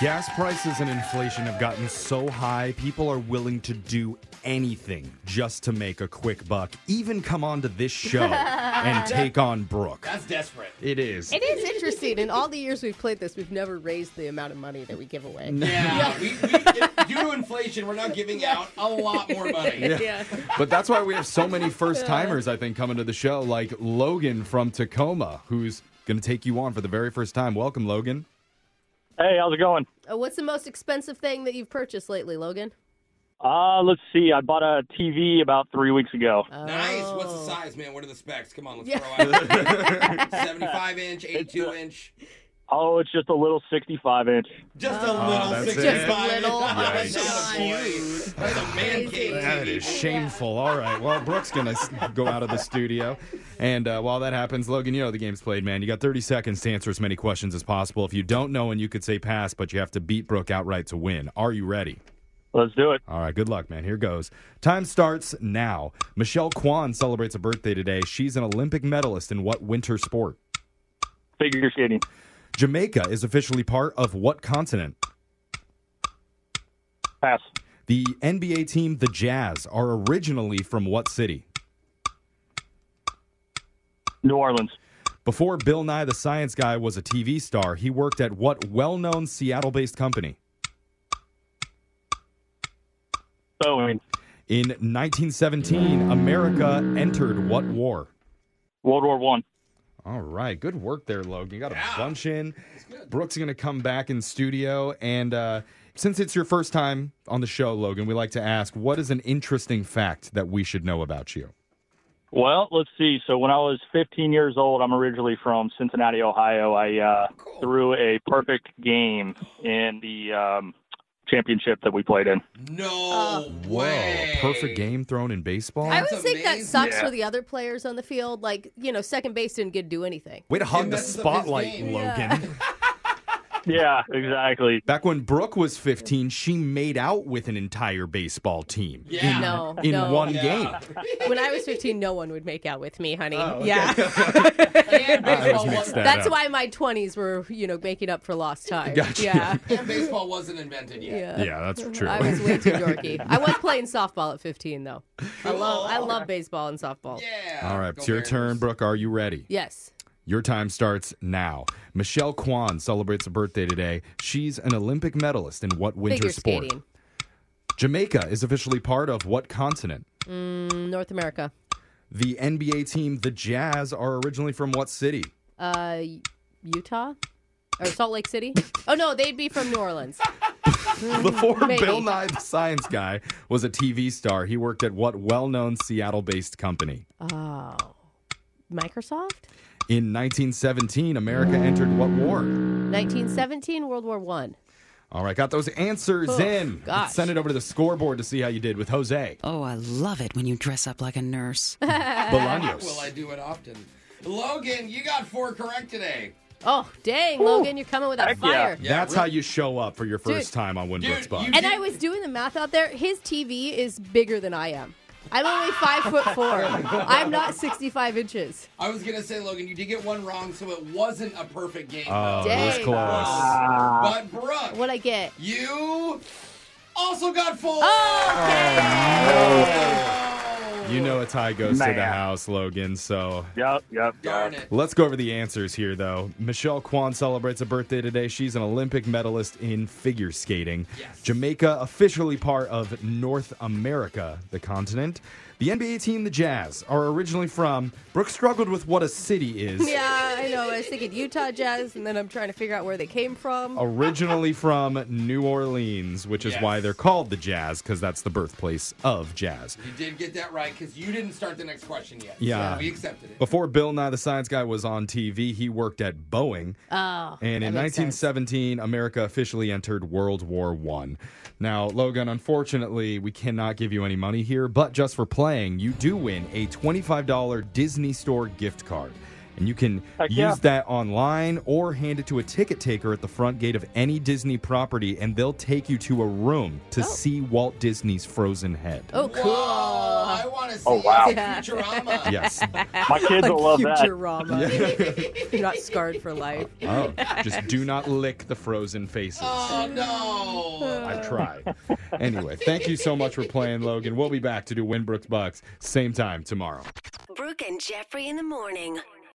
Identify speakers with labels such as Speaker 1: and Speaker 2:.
Speaker 1: Gas prices and inflation have gotten so high, people are willing to do anything just to make a quick buck, even come onto this show and take on Brooke.
Speaker 2: That's desperate.
Speaker 1: It is.
Speaker 3: It is interesting. In all the years we've played this, we've never raised the amount of money that we give away.
Speaker 2: Yeah, we, we, due to inflation, we're not giving out a lot more money.
Speaker 3: Yeah.
Speaker 1: But that's why we have so many first timers, I think, coming to the show, like Logan from Tacoma, who's going to take you on for the very first time. Welcome, Logan.
Speaker 4: Hey, how's it going?
Speaker 3: Uh, what's the most expensive thing that you've purchased lately, Logan?
Speaker 4: Uh, let's see. I bought a TV about three weeks ago.
Speaker 2: Nice.
Speaker 3: Oh.
Speaker 2: What's the size, man? What are the specs? Come on, let's
Speaker 3: Yeah.
Speaker 2: throw out 75 inch, 82 inch.
Speaker 4: Oh, it's just a little 65 inch.
Speaker 2: Just a little
Speaker 1: Oh, that's
Speaker 2: 65
Speaker 3: it.
Speaker 2: inch.
Speaker 3: Just a little.
Speaker 2: That's
Speaker 3: Yikes.
Speaker 2: not a huge. That's a man cave
Speaker 1: That
Speaker 2: TV.
Speaker 1: is shameful. All right. Well, Brooke's going to go out of the studio. And uh, while that happens, Logan, you know the game's played, man. You got 30 seconds to answer as many questions as possible. If you don't know and you could say pass, but you have to beat Brooke outright to win. Are you ready?
Speaker 4: Let's do it.
Speaker 1: All right, good luck, man. Here goes. Time starts now. Michelle Kwan celebrates a birthday today. She's an Olympic medalist in what winter sport?
Speaker 4: Figure skating.
Speaker 1: Jamaica is officially part of what continent?
Speaker 4: Pass.
Speaker 1: The NBA team, the Jazz, are originally from what city?
Speaker 4: New Orleans.
Speaker 1: Before Bill Nye the Science Guy was a TV star, he worked at what well known Seattle based company?
Speaker 4: Boeing.
Speaker 1: In 1917, America entered what war?
Speaker 4: World War One.
Speaker 1: All right, good work there, Logan. You got a
Speaker 2: Yeah.
Speaker 1: bunch in. Brooks is going to come back in studio, and uh, since it's your first time on the show, Logan, we like to ask, what is an interesting fact that we should know about you?
Speaker 4: Well, let's see. So when I was 15 years old, I'm originally from Cincinnati, Ohio. I uh, threw a perfect game in the um, championship that we played in.
Speaker 2: No way.
Speaker 1: Whoa, perfect game thrown in baseball.
Speaker 3: I
Speaker 2: That's
Speaker 3: always think that
Speaker 2: amazing.
Speaker 3: sucks
Speaker 4: Yeah.
Speaker 3: for the other players on the field. Like, you know, second base didn't get to do anything.
Speaker 1: Way to
Speaker 2: It
Speaker 1: hog the
Speaker 2: messes up his
Speaker 1: spotlight,
Speaker 2: game.
Speaker 1: Logan.
Speaker 4: Yeah, exactly.
Speaker 1: Back when Brooke was 15, she made out with an entire baseball team
Speaker 2: Yeah.
Speaker 3: No,
Speaker 1: in
Speaker 3: no.
Speaker 1: one
Speaker 2: Yeah.
Speaker 1: game.
Speaker 3: When I was 15, no one would make out with me, honey.
Speaker 1: Oh,
Speaker 3: Yeah.
Speaker 2: And
Speaker 1: I always
Speaker 2: baseball,
Speaker 1: mix
Speaker 2: wasn't,
Speaker 1: that
Speaker 3: That's
Speaker 1: up.
Speaker 3: why my 20s were, you know, making up for lost time.
Speaker 1: Gotcha.
Speaker 3: Yeah.
Speaker 2: and baseball wasn't invented yet.
Speaker 3: Yeah.
Speaker 1: Yeah, that's true.
Speaker 3: I was way too dorky. I was playing softball at 15, though. I love I
Speaker 2: Cool.
Speaker 3: love baseball and softball.
Speaker 2: Yeah.
Speaker 1: All right,
Speaker 2: Go
Speaker 1: it's your
Speaker 2: Bears.
Speaker 1: turn, Brooke. Are you ready?
Speaker 3: Yes.
Speaker 1: Your time starts now. Michelle Kwan celebrates a birthday today. She's an Olympic medalist in what winter
Speaker 3: Figure
Speaker 1: sport?
Speaker 3: skating.
Speaker 1: Jamaica is officially part of what continent?
Speaker 3: Mm, North America.
Speaker 1: The NBA team, the Jazz, are originally from what city?
Speaker 3: Uh, Utah? Or Salt Lake City? Oh, no, they'd be from New Orleans.
Speaker 1: Before
Speaker 3: Maybe.
Speaker 1: Bill Nye the Science Guy was a TV star, he worked at what well known Seattle based company?
Speaker 3: Oh. Microsoft?
Speaker 1: In 1917, America entered what war?
Speaker 3: 1917, World War One.
Speaker 1: All right, got those answers
Speaker 3: Oh,
Speaker 1: in.
Speaker 3: gosh.
Speaker 1: Let's send it over to the scoreboard to see how you did with Jose
Speaker 5: Oh, I love it when you dress up like a nurse.
Speaker 1: Bolaños.
Speaker 2: Will I do it often? Logan, you got four correct today.
Speaker 3: Oh, dang, Logan, you're coming with a
Speaker 4: Heck yeah.
Speaker 3: fire.
Speaker 2: Yeah,
Speaker 1: That's
Speaker 2: really-
Speaker 1: how you show up for your first
Speaker 3: Dude.
Speaker 1: time on Win
Speaker 2: Dude,
Speaker 1: Brooks Box.
Speaker 2: you-
Speaker 3: And I was doing the math out there. His TV is bigger than I am. I'm only five foot four. I'm not 65 inches.
Speaker 2: I was gonna say, Logan, you did get one wrong, so it wasn't a perfect game.
Speaker 1: Oh, it was
Speaker 3: Dang.
Speaker 1: close.
Speaker 2: but Brooke,
Speaker 3: What I get?
Speaker 2: you also got four.
Speaker 1: You know a tie goes to the
Speaker 4: Man.
Speaker 1: house, Logan. So
Speaker 4: Yep, yep.
Speaker 2: Darn it.
Speaker 1: let's go over the answers here, though. Michelle Kwan celebrates a birthday today. She's an Olympic medalist in figure skating.
Speaker 2: Yes.
Speaker 1: Jamaica, officially part of North America, the continent. The NBA team, the Jazz, are originally from. Brooke struggled with what a city is.
Speaker 3: Yeah, I know. I was thinking Utah Jazz, and then I'm trying to figure out where they came from.
Speaker 4: Oh,
Speaker 1: Originally from New Orleans, which is
Speaker 2: Yes.
Speaker 1: why they're called the Jazz, because that's the birthplace of jazz.
Speaker 2: You did get that right because you didn't start the next question yet.
Speaker 1: Yeah.
Speaker 2: So we accepted it.
Speaker 1: Before Bill Nye the Science Guy was on TV, he worked at Boeing.
Speaker 3: Oh,
Speaker 1: And
Speaker 3: that
Speaker 1: in
Speaker 3: makes sense.
Speaker 1: 1917, America officially entered World War One. Now, Logan, unfortunately, we cannot give you any money here, but just for playing, you do win a $25 Disney Store gift card. And you can
Speaker 4: Heck
Speaker 1: use
Speaker 4: yeah.
Speaker 1: that online or hand it to a ticket taker at the front gate of any Disney property, and they'll take you to a room to see Walt Disney's frozen head.
Speaker 3: Oh,
Speaker 2: Whoa,
Speaker 3: cool.
Speaker 2: I want to see
Speaker 4: Oh, wow.
Speaker 2: Futurama.
Speaker 1: Yes.
Speaker 4: My kids will love that.
Speaker 3: Futurama. You're not scarred for life.
Speaker 1: Oh, just do not lick the frozen faces.
Speaker 2: Oh no!
Speaker 1: I tried. anyway, thank you so much for playing, Logan. We'll be back to do Winbrook's Bucks same time tomorrow.
Speaker 6: Brooke and Jeffrey in the morning.